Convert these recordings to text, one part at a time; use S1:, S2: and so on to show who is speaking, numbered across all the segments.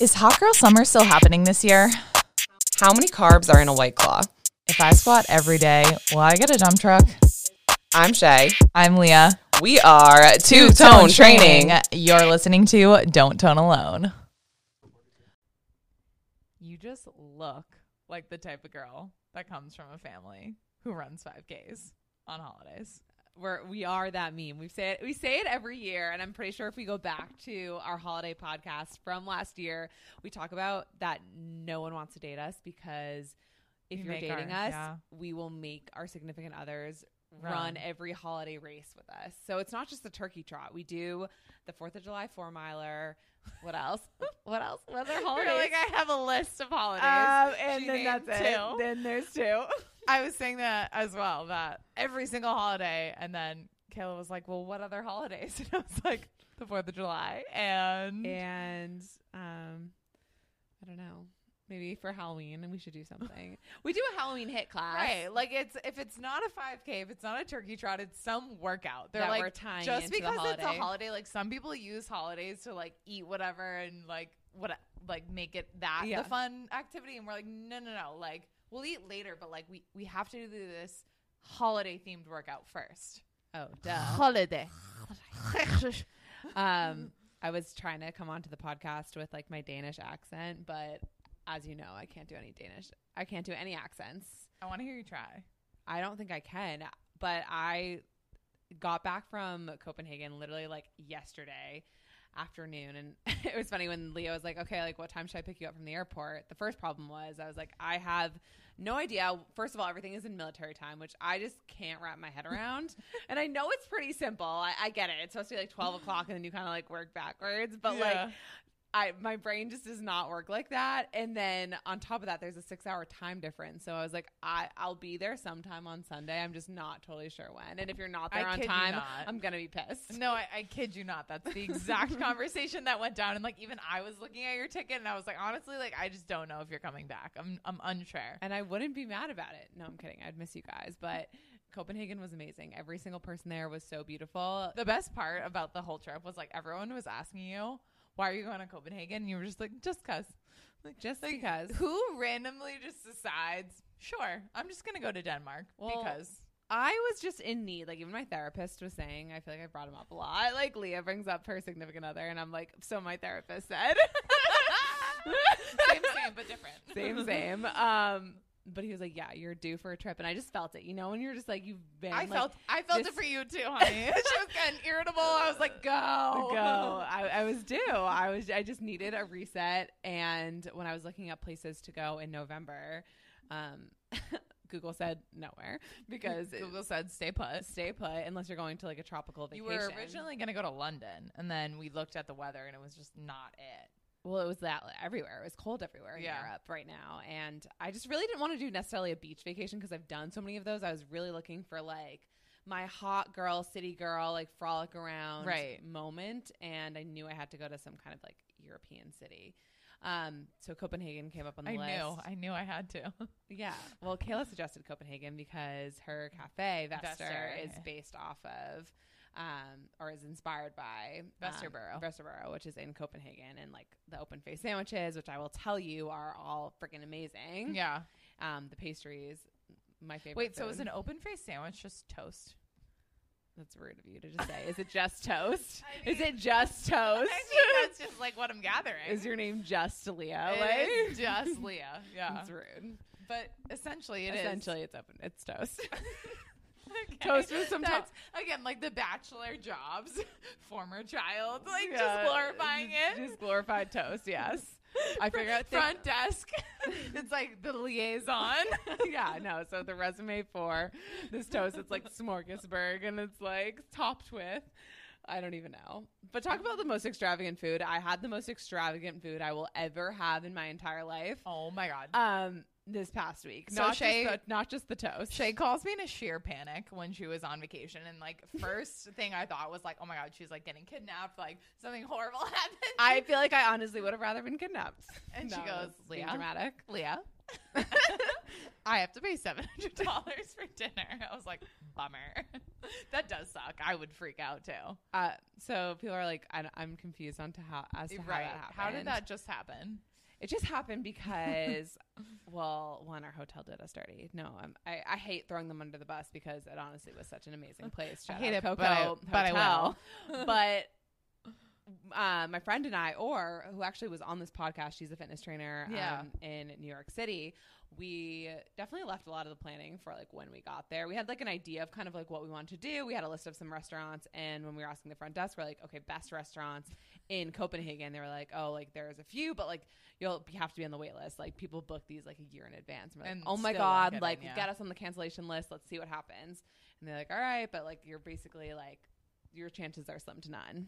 S1: Is Hot Girl Summer still happening this year?
S2: How many carbs are in a white claw?
S1: If I squat every day, will I get a dump truck?
S2: I'm Shay.
S1: I'm Leah.
S2: We are Two Tone Training.
S1: You're listening to Don't Tone Alone. You just look like the type of girl that comes from a family who runs 5Ks on holidays.
S3: We're we are that meme. We say it we say it every year, and I'm pretty sure if we go back to our holiday podcast from last year, we talk about that no one wants to date us because if
S1: We
S3: you're
S1: make
S3: dating
S1: our-
S3: us,
S1: yeah.
S3: we will make our significant others run.
S1: Run.
S3: every holiday race with us. So it's not just the turkey trot. We do the Fourth of July four miler. What else? what else? What other holidays? Um,
S1: You're like, I have a list of holidays.
S3: and then that's it.
S1: Then there's two. I was saying that as well, that every single holiday. And then Kayla was like, well, what other holidays? And I was like, the 4th of July. And
S3: and um i don't know maybe for halloween and we should do something we do a halloween hit class
S1: right. Like it's, if it's not a 5K, if it's not a turkey trot, it's some workout. They're
S3: That
S1: like,
S3: we're tying
S1: just
S3: into the
S1: because it's a
S3: holiday.
S1: holiday, like some people use holidays to like eat whatever and like, what, like make it that
S3: Yeah.
S1: the fun activity. And we're like, no, no, no. Like we'll eat later, but like we, we have to do this holiday themed workout first.
S3: oh duh
S1: Holiday.
S3: um i was trying to come onto the podcast with like my danish accent but as you know i can't do any danish i can't do any accents
S1: I want to hear you try.
S3: i don't think i can but i got back from copenhagen literally like yesterday afternoon and it was funny when leo was like okay like what time should i pick you up from the airport the first problem was i was like i have no idea first of all everything is in military time which i just can't wrap my head around and i know it's pretty simple i, I get it it's supposed to be like 12 o'clock and then you kind of like work backwards but like I my brain just does not work like that. And then on top of that, there's a six hour time difference. So I was like, I I'll be there sometime on Sunday. I'm just not totally sure when. And if you're not
S1: I
S3: there on
S1: kid you
S3: time,
S1: not.
S3: I'm gonna be pissed.
S1: no, I, I kid you not. That's the exact conversation that went down. And like, even I was looking at your ticket and I was like, honestly, like, I just don't know if you're coming back. I'm, I'm unsure.
S3: And I wouldn't be mad about it. No, I'm kidding. I'd miss you guys. But Copenhagen was amazing. Every single person there was so beautiful.
S1: The best part about the whole trip was like, everyone was asking you, why are you going to Copenhagen? And you were just like, just cause. Like, just
S3: because.
S1: Who randomly just decides, sure, I'm just going to go to Denmark
S3: Well,
S1: because.
S3: I was just in need. Like even my therapist was saying, I feel like I brought him up a lot. Like Leah brings up her significant other, and I'm like, so my therapist said.
S1: same, same, but different.
S3: same same um but he was like yeah you're due for a trip and i just felt it you know when you're just like you've been
S1: I
S3: like,
S1: felt I felt it
S3: this-
S1: for you too, honey. she was getting irritable. I was like, go,
S3: go
S1: Oh.
S3: I, I was due i was i just needed a reset and when i was looking up places to go in november um google said nowhere because it-
S1: Google said stay put.
S3: stay put unless you're going to like a tropical
S1: You
S3: vacation
S1: were originally gonna go to London, and then we looked at the weather, and it was just not it.
S3: well it was that everywhere it was cold everywhere in
S1: Yeah.
S3: europe right now and i just really didn't want to do necessarily a beach vacation because i've done so many of those i was really looking for like my hot girl city girl like frolic around
S1: Right.
S3: moment and i knew i had to go to some kind of like european city um so copenhagen came up on the
S1: I
S3: list
S1: knew, I knew I had to.
S3: yeah well kayla suggested copenhagen because her cafe vester,
S1: Vester,
S3: is
S1: yeah.
S3: based off of um, or is inspired by
S1: Vesterbro.
S3: um, Vesterbro, which is in Copenhagen, and like the open face sandwiches, which I will tell you are all freaking amazing.
S1: yeah.
S3: Um, the pastries, my favorite.
S1: Wait, so is
S3: food.
S1: an open faced sandwich just toast?
S3: that's rude of you to just say. Is it just toast?
S1: I
S3: is
S1: mean-
S3: it just toast?
S1: that's just like what I'm gathering.
S3: is your name just Leo? Like,
S1: It is just Leah? Yeah,
S3: it's rude.
S1: but essentially it is
S3: Essentially, it's open. It's toast.
S1: Okay.
S3: Toast with some to-
S1: That's, again, like the bachelor jobs, former child, like
S3: Yeah,
S1: just glorifying it.
S3: Just glorified toast. Yes. I
S1: Fr-
S3: figure out
S1: front desk. it's like the liaison.
S3: yeah, no. So the resume for this toast, it's like smorgasburg, and it's like topped with. I don't even know. But talk about the most extravagant food. I had the most extravagant food I will ever have in my entire life.
S1: Oh my god.
S3: Um, this past week,
S1: So
S3: not
S1: Shay-
S3: just the, not just the toast.
S1: Shay calls me in a sheer panic when she was on vacation, and like first thing I thought was like, "Oh my god, she's like getting kidnapped, like something horrible happened."
S3: I feel like I honestly would have rather been kidnapped.
S1: And she
S3: No,
S1: goes,
S3: that's being
S1: "Leah."
S3: dramatic.
S1: Leah, I have to pay seven hundred dollars for dinner. I was like, bummer. that does suck. I would freak out too.
S3: Uh, so people are like, I, am confused on to how as to
S1: right.
S3: how that
S1: How did
S3: happened.
S1: that just happen?
S3: It just happened because, well, one, our hotel did us dirty. No, I'm, I, I hate throwing them under the bus because it honestly was such an amazing place.
S1: I
S3: Shout
S1: hate
S3: out
S1: it,
S3: Coco
S1: but I- but I
S3: Hotel. But, uh, my friend and I, or who actually was on this podcast, she's a fitness trainer
S1: Yeah.
S3: um, in New York City. We definitely left a lot of the planning for like when we got there. We had like an idea of kind of like what we wanted to do. We had a list of some restaurants, and when we were asking the front desk, we're like, okay, best restaurants in Copenhagen. They were like, oh, like there's a few, but like you'll be- have to be on the wait list. Like people book these like a year in advance. And we're like,
S1: And
S3: oh
S1: still
S3: my
S1: won't
S3: god,
S1: get
S3: like
S1: in,
S3: we
S1: yeah.
S3: got us on the cancellation list. Let's see what happens. And they're like, all right, but like you're basically like your chances are slim to none.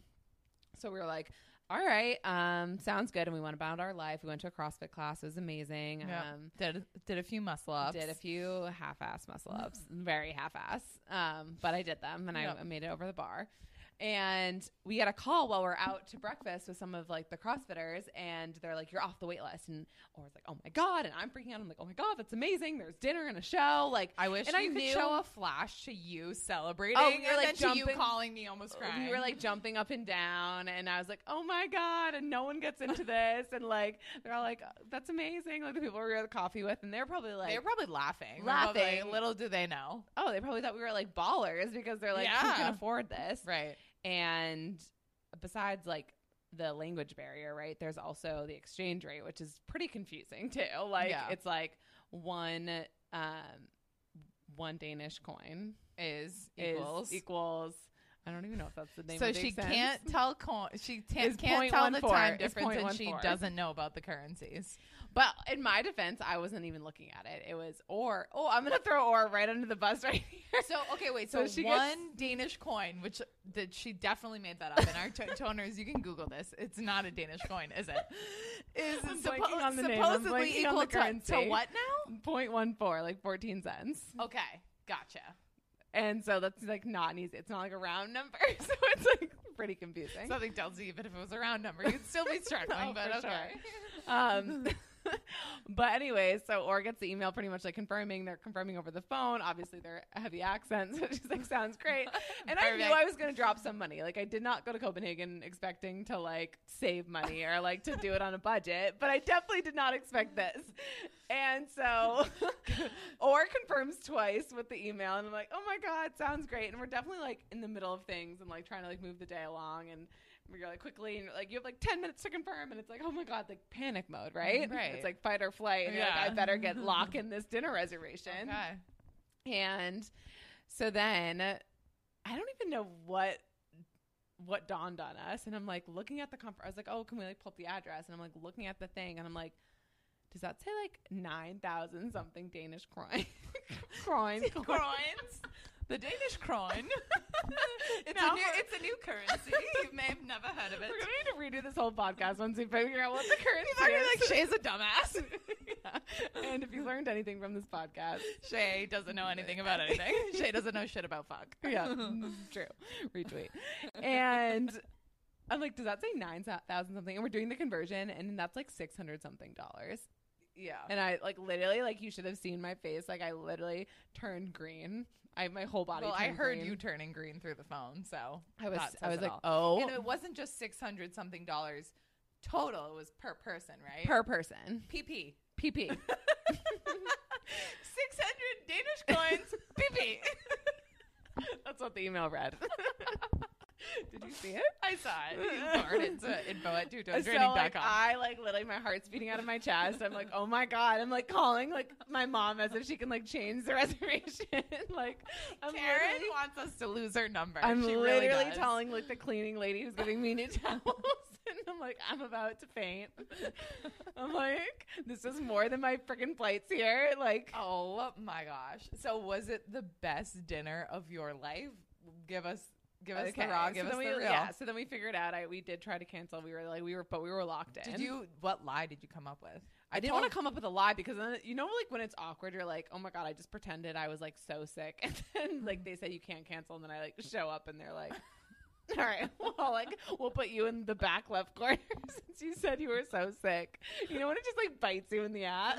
S3: So we were like, all right, um, sounds good. And we went about our life. We went to a CrossFit class. It was amazing.
S1: Yeah.
S3: Um,
S1: Did did a few muscle ups.
S3: did a few half-ass muscle ups, Mm-hmm. very half-ass, um, but I did them and I
S1: Yep.
S3: made it over the bar. And we got a call while we're out to breakfast with some of like the CrossFitters, and they're like, "You're off the wait list," and I was like, "Oh my god!" And I'm freaking out. I'm like, "Oh my god, that's amazing! There's dinner and a show." Like,
S1: I wish
S3: and
S1: you
S3: I
S1: could
S3: knew-
S1: show a flash to you celebrating
S3: Oh, we were,
S1: and
S3: like,
S1: then to you
S3: jumping-
S1: calling me almost crying.
S3: we were like jumping up and down, and I was like, "Oh my god!" And no one gets into this, and like they're all like, "That's amazing!" Like the people we were at the coffee with, and they're probably like,
S1: they were probably laughing. They're probably like,
S3: Laughing.
S1: little do they know.
S3: oh, they probably thought we were like ballers because they're like, who
S1: Yeah.
S3: can afford this?
S1: Right.
S3: And besides like the language barrier, right? There's also the exchange rate, which is pretty confusing too. Like
S1: Yeah.
S3: it's like one um one Danish coin
S1: Is
S3: is
S1: equals.
S3: equals I don't even know if that's the name.
S1: so
S3: of the
S1: she
S3: expense.
S1: can't tell co- she can't,
S3: Is
S1: can't tell the
S3: 0.14.
S1: time
S3: Is
S1: difference and she
S3: 0.14.
S1: doesn't know about the currencies.
S3: But in my defense, I wasn't even looking at it. It was or oh, I'm gonna throw or right under the bus right here.
S1: So okay, wait. So,
S3: So she gets-
S1: one Danish coin, which that she definitely made that up. And our to- toners, you can Google this. It's not a Danish coin, is it? Is
S3: I'm
S1: suppo-
S3: blanking on the name. I'm
S1: supposedly
S3: blanking on
S1: equal
S3: the
S1: to, to
S3: currency.
S1: what now?
S3: 0.14, like 14 cents.
S1: Okay, gotcha.
S3: And so that's like not an easy. It's not like a round number, so it's like pretty confusing.
S1: Something tells you, even if it was a round number, you'd still be struggling.
S3: Oh,
S1: but
S3: for
S1: okay,
S3: um, but anyways, so Or gets the email pretty much like confirming. They're confirming over the phone. Obviously, they're heavy accents, which is like sounds great. And I knew
S1: Perfect.
S3: I was gonna drop some money. Like I did not go to Copenhagen expecting to like save money or like to do it on a budget, but I definitely did not expect this. And so, or confirms twice with the email, and I'm like, oh my god, sounds great. And we're definitely like in the middle of things and like trying to like move the day along and we go like quickly and like you have like 10 minutes to confirm and it's like oh my god like panic mode right
S1: Right.
S3: it's like fight or flight and you're
S1: Yeah.
S3: like i better get lock in this dinner reservation
S1: okay.
S3: and so then uh, i don't even know what what dawned on us and i'm like looking at the comp i was like oh can we like pull up the address and i'm like looking at the thing and i'm like does that say like 9000 something danish coin coin coin
S1: Croins. The Danish kroin. it's,
S3: Now
S1: a new,
S3: we're-
S1: it's a new currency. You may have never heard of it.
S3: we're gonna need to redo this whole podcast once we figure out what the currency
S1: People are gonna be
S3: is.
S1: like, Shay's a dumbass.
S3: and if you learned anything from this podcast,
S1: Shay doesn't know anything about anything. Shay doesn't know shit about fuck.
S3: yeah, true. Retweet. And I'm like, does that say nine thousand something? And we're doing the conversion, and that's like six hundred something dollars.
S1: Yeah.
S3: And I like literally, like you should have seen my face. Like I literally turned green. I my whole body.
S1: Well, I
S3: turned
S1: heard
S3: green.
S1: you turning green through the phone, so
S3: I was.
S1: that says
S3: I was
S1: it
S3: like,
S1: all.
S3: oh,
S1: and it wasn't just six hundred something dollars total. It was per person, right?
S3: per person,
S1: PP.
S3: PP.
S1: Six hundred Danish coins. PP.
S3: that's what the email read. Did you see it?
S1: I saw it. You forward it to info at
S3: so like,
S1: tutotraining.com.
S3: I like literally my heart's beating out of my chest. I'm like, oh my god. I'm like calling like my mom as if she can like change the reservation. like I'm
S1: Karen
S3: literally,
S1: wants us to lose her number.
S3: I'm
S1: she
S3: literally
S1: really does.
S3: telling like the cleaning lady who's giving me new towels, and I'm like, I'm about to faint. I'm like, this is more than my freaking flights here. Like,
S1: Oh my gosh! So was it the best dinner of your life? Give us, give us
S3: okay.
S1: the raw,
S3: So
S1: give us
S3: then
S1: the
S3: we,
S1: real.
S3: Yeah. So then we figured out. I we did try to cancel. We were like, we were, but we were locked in.
S1: Did you? What lie did you come up with?
S3: I didn't want
S1: told-
S3: to come up with a lie because then you know like when it's awkward you're like oh my god I just pretended I was like so sick and then like they say you can't cancel and then I like show up and they're like all right well like we'll put you in the back left corner since you said you were so sick you know when it just like bites you in the ass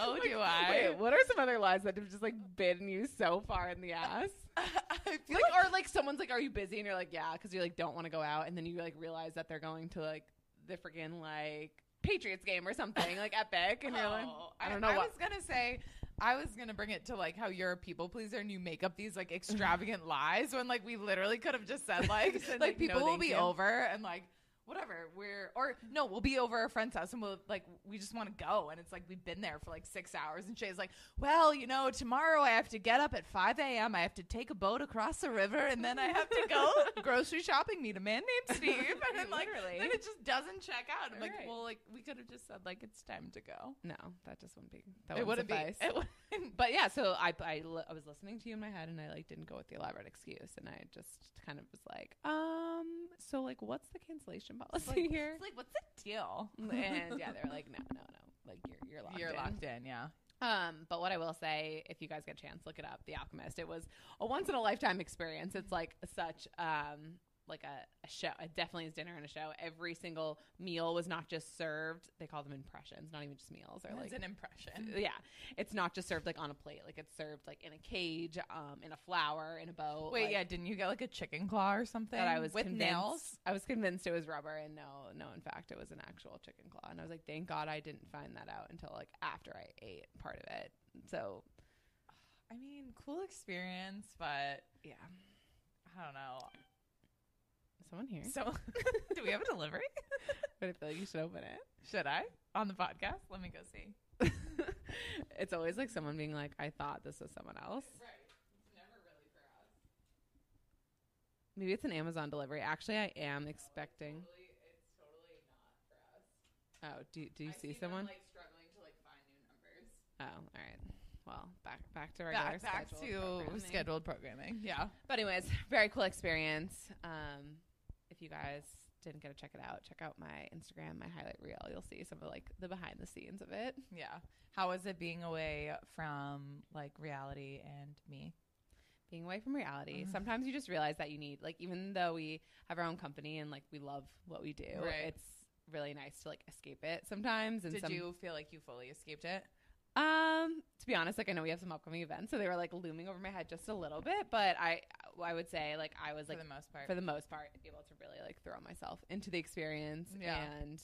S1: Oh,
S4: Like,
S1: do I?
S4: Wait, what are some other lies that have just like bitten you so far in the ass?
S1: I feel
S3: Like, or like someone's like, "Are you busy?" and you're like, "Yeah," because you like don't want to go out, and then you like realize that they're going to like the freaking like Patriots game or something like epic, and you're like,
S1: Oh,
S3: "I don't know what."
S1: was gonna say. I was gonna bring it to like how you're a people pleaser and you make up these like extravagant lies when like we literally could have just said like
S3: Said,
S1: like,
S3: like,
S1: people
S3: no,
S1: will
S3: thank
S1: be
S3: you.
S1: over and like whatever we're or no we'll be over a friend's house and we'll like we just want to go and it's like we've been there for like six hours and Shay's like well you know tomorrow I have to get up at 5 a.m I have to take a boat across the river and then I have to go grocery shopping meet a man named Steve and then, like
S3: Literally.
S1: then it just doesn't check out I'm like
S3: Right.
S1: well like we could have just said like it's time to go
S3: No, that just wouldn't be. That wouldn't suffice.
S1: It wouldn't.
S3: But yeah, so I, I li- I was listening to you in my head, and I like didn't go with the elaborate excuse, and I just kind of was like, um, so like, what's the cancellation policy
S1: like,
S3: here?
S1: It's like, what's the deal?
S3: and yeah, they were like, no, no, no, like you're you're locked
S1: You're
S3: in.
S1: locked in, yeah.
S3: Um, but what I will say, if you guys get a chance, look it up. The Alchemist. It was a once in a lifetime experience. It's like such um like a, a show. It definitely is dinner and a show. Every single meal was not just served. They call them impressions, not even just meals. Or like
S1: it's an impression.
S3: yeah, it's not just served like on a plate. Like it's served like in a cage, um, in a flower, in a boat.
S1: Wait,
S3: like,
S1: yeah, didn't you get like a chicken claw or something?
S3: That I was
S1: with
S3: convinced,
S1: nails.
S3: I was convinced it was rubber, and no, no. In fact, it was an actual chicken claw, and I was like, thank God I didn't find that out until like after I ate part of it. So
S1: I mean, cool experience, but
S3: yeah,
S1: I don't know.
S3: someone here.
S1: So, do we have a delivery?
S3: But I feel like you should open it.
S1: Should I on the podcast? Let me go see.
S3: it's always like someone being like, I thought this was someone else.
S1: Right. It's never really for us.
S3: Maybe it's an Amazon delivery. Actually, I am expecting.
S1: It's totally not for us.
S3: Oh, do do you see, someone?
S1: like struggling to like find new numbers.
S3: oh, all right. Well, back back to regular
S1: Back, back to
S3: scheduled programming.
S1: scheduled programming. Yeah.
S3: But anyways, very cool experience. Um, if you guys didn't get to check it out, check out my Instagram, my highlight reel. You'll see some of like the behind the scenes of it.
S1: Yeah. How was it being away from like reality and me?
S3: Being away from reality,
S1: Mhm.
S3: sometimes you just realize that you need like even though we have our own company and like we love what we do,
S1: Right.
S3: it's really nice to like escape it sometimes. And
S1: Did
S3: some,
S1: you feel like you fully escaped it?
S3: Um, to be honest, like I know we have some upcoming events, so they were like looming over my head just a little bit. But I, I would say like I was like
S1: for the most part.
S3: for the most part able to really like throw myself into the experience
S1: Yeah.
S3: and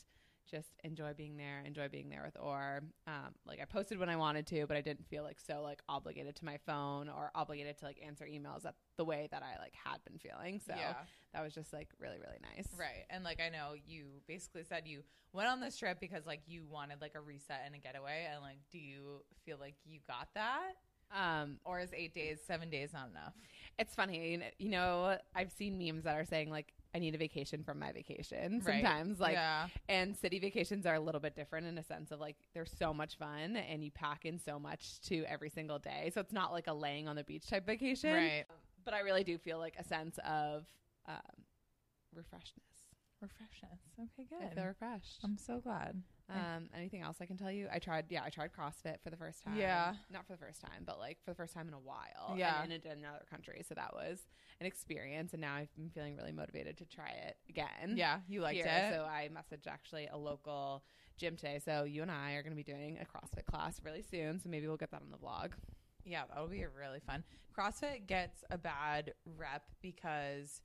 S3: just enjoy being there enjoy being there with or um, like i posted when i wanted to but i didn't feel like so like obligated to my phone or obligated to like answer emails at the way that i like had been feeling so
S1: yeah,
S3: that was just like really really nice
S1: right. And like I know you basically said you went on this trip because like you wanted like a reset and a getaway. And like, do you feel like you got that,
S3: um
S1: or is eight days, seven days not enough?
S3: it's funny you kn- you know i've seen memes that are saying like i need a vacation from my vacation
S1: Right.
S3: sometimes like
S1: yeah,
S3: And city vacations are a little bit different in a sense of like they're so much fun and you pack in so much to every single day. So it's not like a laying on the beach type vacation. Um,
S1: right.
S3: But I really do feel like a sense of um, refreshness.
S1: Refreshness. Okay,
S3: I
S1: good.
S3: feel refreshed.
S1: I'm so glad.
S3: Um, anything else I can tell you? I tried, yeah, I tried CrossFit for the first time.
S1: Yeah.
S3: Not for the first time, but like for the first time in a while. and
S1: Yeah.
S3: in a- another country. So that was an experience. And now I'm feeling really motivated to try it again
S1: Yeah, you liked
S3: here.
S1: it.
S3: So I messaged actually a local gym today. So you and I are going to be doing a CrossFit class really soon. So maybe we'll get that on the vlog.
S1: Yeah, that'll be really fun. CrossFit gets a bad rep because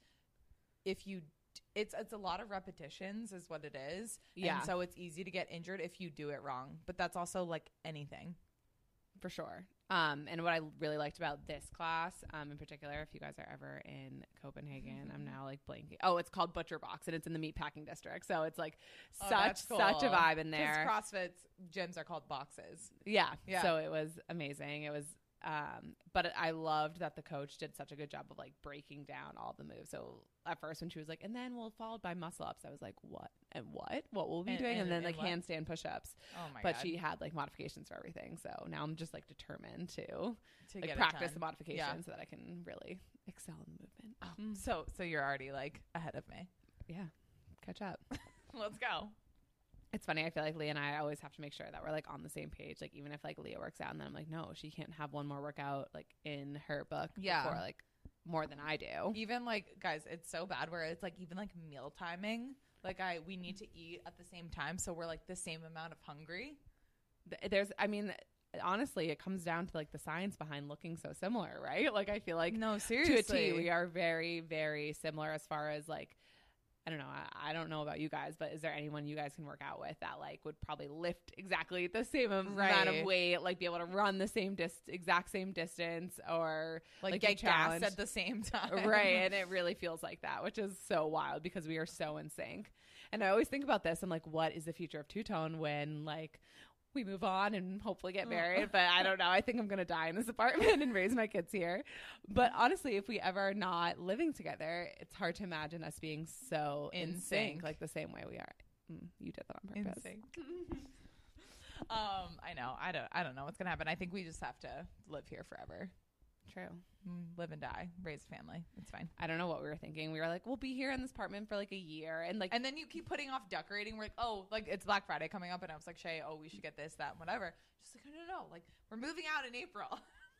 S1: if you d- it's it's a lot of repetitions is what it is.
S3: Yeah.
S1: And so it's easy to get injured if you do it wrong. But that's also like anything.
S3: for sure. Um, and what I really liked about this class, um, in particular, if you guys are ever in Copenhagen,
S1: Mm-hmm.
S3: I'm now like blanking. Oh, it's called Butcher Box, and it's in the meatpacking district. So it's like
S1: Oh,
S3: such
S1: that's cool.
S3: such a vibe
S1: 'Cause
S3: in there.
S1: CrossFit's gyms are called boxes.
S3: yeah.
S1: Yeah.
S3: So it was amazing. It was. Um, but it- I loved that the coach did such a good job of like breaking down all the moves. So at first, when she was like, and then we'll followed by muscle ups, I was like, what and what? What will we be
S1: And-
S3: doing? And,
S1: and-
S3: then
S1: and
S3: like
S1: what?
S3: handstand push ups.
S1: Oh my
S3: But
S1: god.
S3: she had like modifications for everything. So now I'm just like determined to
S1: to
S3: like
S1: get it
S3: practice the
S1: done.
S3: modification
S1: Yeah.
S3: so that I can really excel in the movement. Mm.
S1: Mm-hmm. So so you're already like ahead of me.
S3: Yeah, catch up.
S1: Let's go.
S3: It's funny. I feel like Leah and I always have to make sure that we're like on the same page. Like even if like Leah works out, and then I'm like, no, she can't have one more workout like in her book.
S1: Yeah.
S3: before, like more than I do.
S1: even like guys it's so bad where it's like even like meal timing like i we need to eat at the same time so we're like the same amount of hungry
S3: th- there's I mean honestly it comes down to like the science behind looking so similar, right? Like I feel like
S1: no,
S3: to
S1: seriously.
S3: a T we are very very similar as far as like I don't know. I, I don't know about you guys, but is there anyone you guys can work out with that like would probably lift exactly the same amount
S1: Right.
S3: of weight, like be able to run the same dis- exact same distance, or
S1: like,
S3: like, you
S1: get gassed
S3: challenged.
S1: at the same time.
S3: right and it really feels like that which is so wild because we are so in sync and i always think about this i'm like what is the future of two-tone when like we move on and hopefully get
S1: Oh.
S3: married but i don't know i think i'm gonna die in this apartment and raise my kids here but honestly if we ever are not living together it's hard to imagine us being so
S1: In
S3: in, sync.
S1: sync.
S3: like the same way we are Mm, you did that on
S1: In
S3: purpose
S1: sync. um, I know. I don't. I don't know what's gonna happen. I think we just have to live here forever,
S3: true
S1: Mm, live and die, raise a family. It's fine.
S3: i don't know what we were thinking we were like we'll be here in this apartment for like a year and like
S1: And then you keep putting off decorating. We're like, oh, like it's Black Friday coming up, and I was like, Shay, oh, we should get this, that, and whatever. She's like, no, no, no. Like we're moving out in April.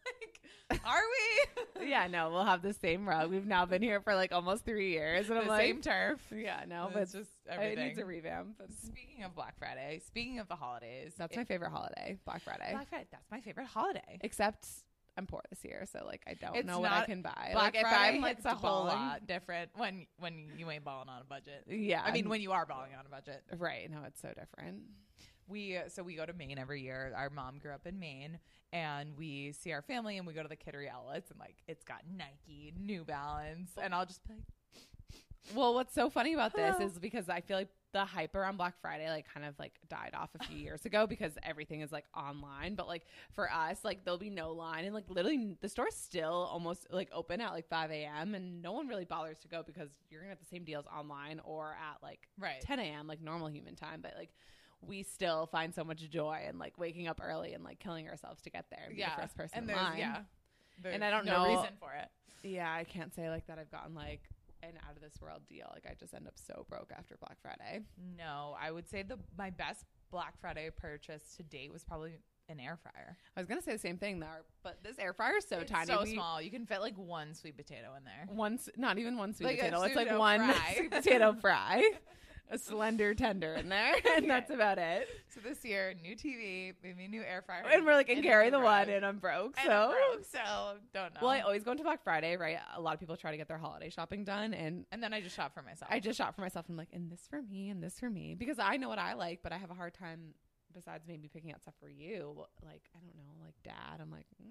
S1: like, are we?
S3: yeah, no, we'll have the same rug. We've now been here for like almost three years, and
S1: the
S3: I'm like,
S1: same turf.
S3: yeah, no,
S1: It's
S3: but
S1: just
S3: it
S1: everything.
S3: needs a revamp. But
S1: Speaking of Black Friday, speaking of the holidays,
S3: that's
S1: it-
S3: my favorite holiday, Black Friday.
S1: Black Friday. That's my favorite holiday.
S3: Except I'm poor this year, so like I don't
S1: It's
S3: know what I
S1: not-
S3: can buy.
S1: Black
S3: like,
S1: Friday
S3: if I'm, like,
S1: hits a whole
S3: balling-
S1: lot different when when you ain't balling on a budget.
S3: Yeah,
S1: I mean,
S3: n-
S1: when you are balling on a budget.
S3: right? No, it's so different.
S1: We uh, so we go to Maine every year. Our mom grew up in Maine, and we see our family, and we go to the Kittery outlets, and like it's got Nike, New Balance, and I'll just be like,
S3: Well, what's so funny about this
S1: Hello.
S3: is because I feel like the hype around Black Friday like kind of like died off a few years ago because everything is like online. But like for us, like there'll be no line and like literally the store's still almost like open at like five AM and no one really bothers to go because you're gonna get the same deals online or at like
S1: right,
S3: 10 a.m. like normal human time, but like we still find so much joy in like waking up early and like killing ourselves to get there and be
S1: yeah,
S3: the first person
S1: and
S3: in
S1: there's
S3: line.
S1: yeah, There's
S3: I don't
S1: no
S3: know-
S1: reason for it.
S3: Yeah, I can't say like that. I've gotten like an out of this world deal. Like I just end up so broke after Black Friday.
S1: No, I would say the my best Black Friday purchase to date was probably an air fryer.
S3: I was gonna say the same thing there, but this air fryer is so
S1: It's
S3: tiny,
S1: so
S3: We-
S1: small. You can fit like one sweet potato in there.
S3: One, s- not even one sweet
S1: Like a
S3: potato. It's like
S1: pseudo
S3: one
S1: fry.
S3: sweet potato fry, a slender tender in there, and that's about it.
S1: So this year, new TV, maybe new air fryer,
S3: And we're like, and carry the one,
S1: rug.
S3: and I'm broke.
S1: And
S3: so.
S1: a rug, so don't know.
S3: Well, I always go into Black Friday, right? A lot of people try to get their holiday shopping done, and
S1: and then I just shop for myself.
S3: I just shop for myself. I'm like, and this for me, and this for me, because I know what I like, but I have a hard time. Besides maybe picking out stuff for you, like I don't know, like dad. I'm like, mm,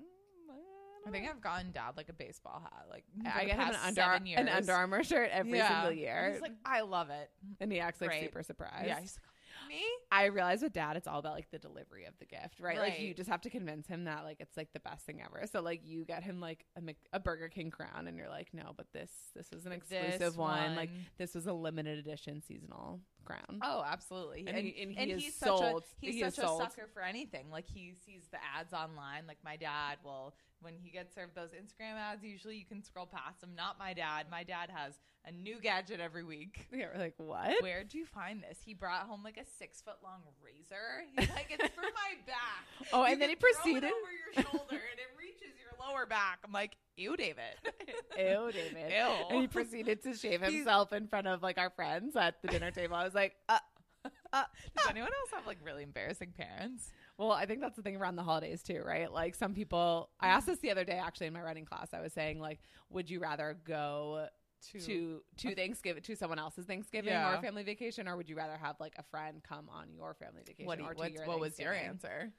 S3: I,
S1: I
S3: don't
S1: think
S3: know.
S1: I've gotten dad like a baseball hat. Like for
S3: I
S1: the
S3: get him an
S1: past
S3: Under,
S1: seven years.
S3: an Under Armour shirt every
S1: Yeah.
S3: single year,
S1: He's like, I love it.
S3: and he acts like
S1: great.
S3: super surprised.
S1: Yeah, he's like, me.
S3: I realize with dad, it's all about like the delivery of the gift, right? Like you
S1: Right.
S3: just have to convince him that like it's like the best thing ever. So like you get him like a, Mc- a Burger King crown, and you're like, no, but this this was an exclusive
S1: This
S3: one. Like this was a limited edition seasonal crown.
S1: oh, absolutely.
S3: And he- and he is
S1: he's
S3: sold.
S1: such a he's
S3: He is
S1: such a
S3: sold.
S1: sucker for anything. Like he sees the ads online. Like my dad will when he gets served those Instagram ads. Usually you can scroll past them. Not my dad. My dad has a new gadget every week.
S3: Yeah, we're like what?
S1: Where do you find this? He brought home like a six foot long razor. He's like, it's for my back.
S3: Oh,
S1: You
S3: and then he
S1: can throw it
S3: proceeded.
S1: over your shoulder and it reaches your lower back. I'm like, ew, David.
S3: Ew, David.
S1: Ew.
S3: And he proceeded to shave
S1: He's-
S3: himself in front of like our friends at the dinner table. I was like, uh,
S1: Does anyone else have like really embarrassing parents?
S3: Well, I think that's the thing around the holidays too, right? Like some people, I asked this the other day actually in my writing class. I was saying like, would you rather go to to, Thanksgiving to someone else's Thanksgiving or
S1: Yeah.
S3: a family vacation, or would you rather have like a friend come on your family vacation?
S1: What, do you-
S3: or to
S1: what's-
S3: your
S1: what was your
S3: Thanksgiving?
S1: answer?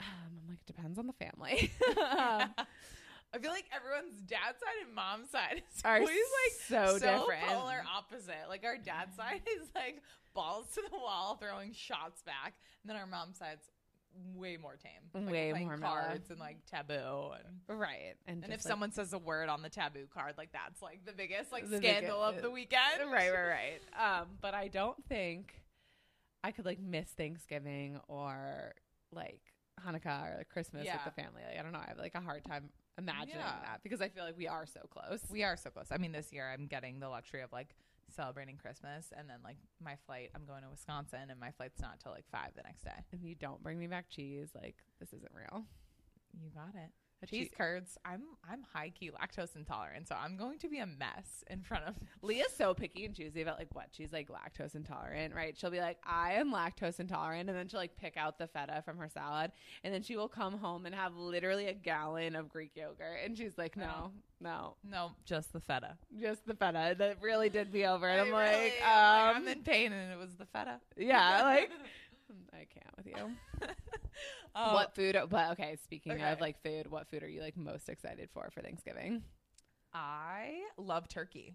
S3: Um, I'm like, it depends on the family. um,
S1: I feel like everyone's dad's side and mom's side is
S3: are
S1: always like
S3: so, different.
S1: polar opposite. Like our dad's side is like balls to the wall, throwing shots back, and then our mom's side's way more tame, Like,
S3: Way
S1: playing
S3: more mellow.
S1: cards and like taboo. And,
S3: right? And,
S1: and if
S3: just, like-
S1: someone says a word on the taboo card, like that's like the biggest like
S3: The
S1: scandal
S3: biggest-
S1: of the weekend,
S3: right, right, right. Um, but I don't think I could like miss Thanksgiving or like Hanukkah or like Christmas
S1: Yeah.
S3: with the family. Like, I don't know. I have like a hard time imagining
S1: Yeah.
S3: that because I feel like we are so close.
S1: We are so close. I mean, this year I'm getting the luxury of like celebrating Christmas, and then like my flight, I'm going to Wisconsin, and my flight's not till like five the next day.
S3: if you don't bring me back cheese, like this isn't real.
S1: You got it.
S3: A
S1: Cheese
S3: cheese.
S1: curds. I'm I'm high key lactose intolerant, so I'm going to be a mess in front of
S3: Leah's so picky and choosy about like what she's like lactose intolerant, right? She'll be like, I am lactose intolerant, and then she'll like pick out the feta from her salad, and then she will come home and have literally a gallon of Greek yogurt, and she's like, No, no,
S1: no, just the feta.
S3: just the feta. That really did me over, and I'm
S1: I really-
S3: like,
S1: I'm
S3: um,
S1: like, I'm in pain, and it was the feta.
S3: yeah, like. I can't with you.
S1: Oh,
S3: What food? But okay, speaking
S1: Okay.
S3: of like food, what food are you like most excited for for Thanksgiving?
S1: I love turkey.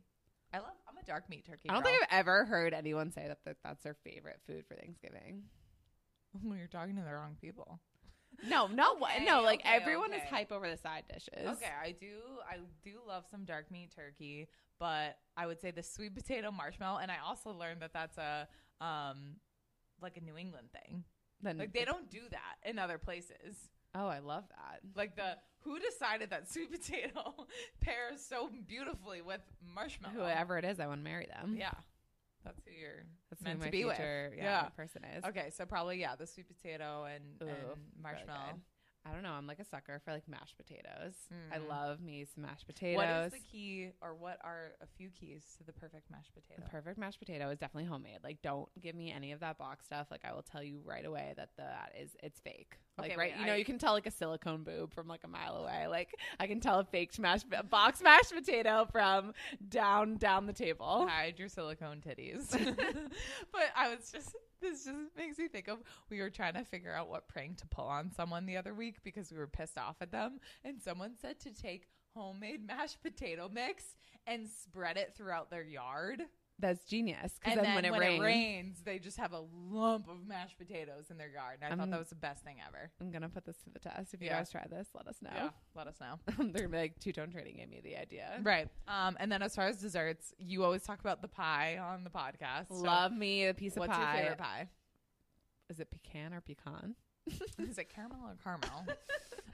S1: I love. I'm a dark meat turkey.
S3: I don't
S1: girl.
S3: think I've ever heard anyone say that, that that's their favorite food for Thanksgiving.
S1: Well, you're talking to the wrong people.
S3: No, no, what?
S1: Okay,
S3: no. Like
S1: okay,
S3: everyone is
S1: okay.
S3: hype over the side dishes.
S1: Okay, I do. I do love some dark meat turkey, but I would say the sweet potato marshmallow. And I also learned that that's a um, like a New England thing.
S3: Then
S1: Like they don't do that in other places.
S3: Oh, I love that.
S1: Like the who decided that sweet potato pairs so beautifully with marshmallow.
S3: Whoever it is, I want to marry them.
S1: Yeah, that's who you're
S3: that's
S1: meant
S3: who
S1: to
S3: my
S1: be with.
S3: future yeah,
S1: Yeah.
S3: person is.
S1: Okay, so probably yeah, the sweet potato and,
S3: Ooh,
S1: and
S3: really
S1: marshmallow.
S3: good. I don't know. I'm like a sucker for like mashed potatoes. I
S1: Mm.
S3: love me some mashed potatoes.
S1: What is the key, or what are a few keys to the perfect mashed
S3: The
S1: potato?
S3: perfect mashed potato is definitely homemade. Like, don't give me any of that box stuff. Like, I will tell you right away that that is it's fake. Like,
S1: Okay,
S3: right?
S1: wait,
S3: you know,
S1: I-
S3: you can tell like a silicone boob from like a mile away. Like, I can tell a faked mashed a box mashed potato from down down the table.
S1: Hide your silicone titties. but I was just, this just makes me think of we were trying to figure out what prank to pull on someone the other week because we were pissed off at them. And someone said to take homemade mashed potato mix and spread it throughout their yard.
S3: That's genius. Because
S1: And
S3: then, when, it, rains,
S1: they just have a lump of mashed potatoes in their yard. And I
S3: I'm-
S1: thought that was the best thing ever.
S3: I'm gonna put this to the test. If you
S1: Yeah.
S3: guys try this, let us know.
S1: Yeah, let us know.
S3: They're gonna be like two tone trading gave me the idea.
S1: Right. Um, and then as far as desserts, you always talk about the pie on the podcast. so
S3: Love me a piece of
S1: what's
S3: pie.
S1: your favorite pie?
S3: Is it pecan or pecan?
S1: Is it caramel or caramel?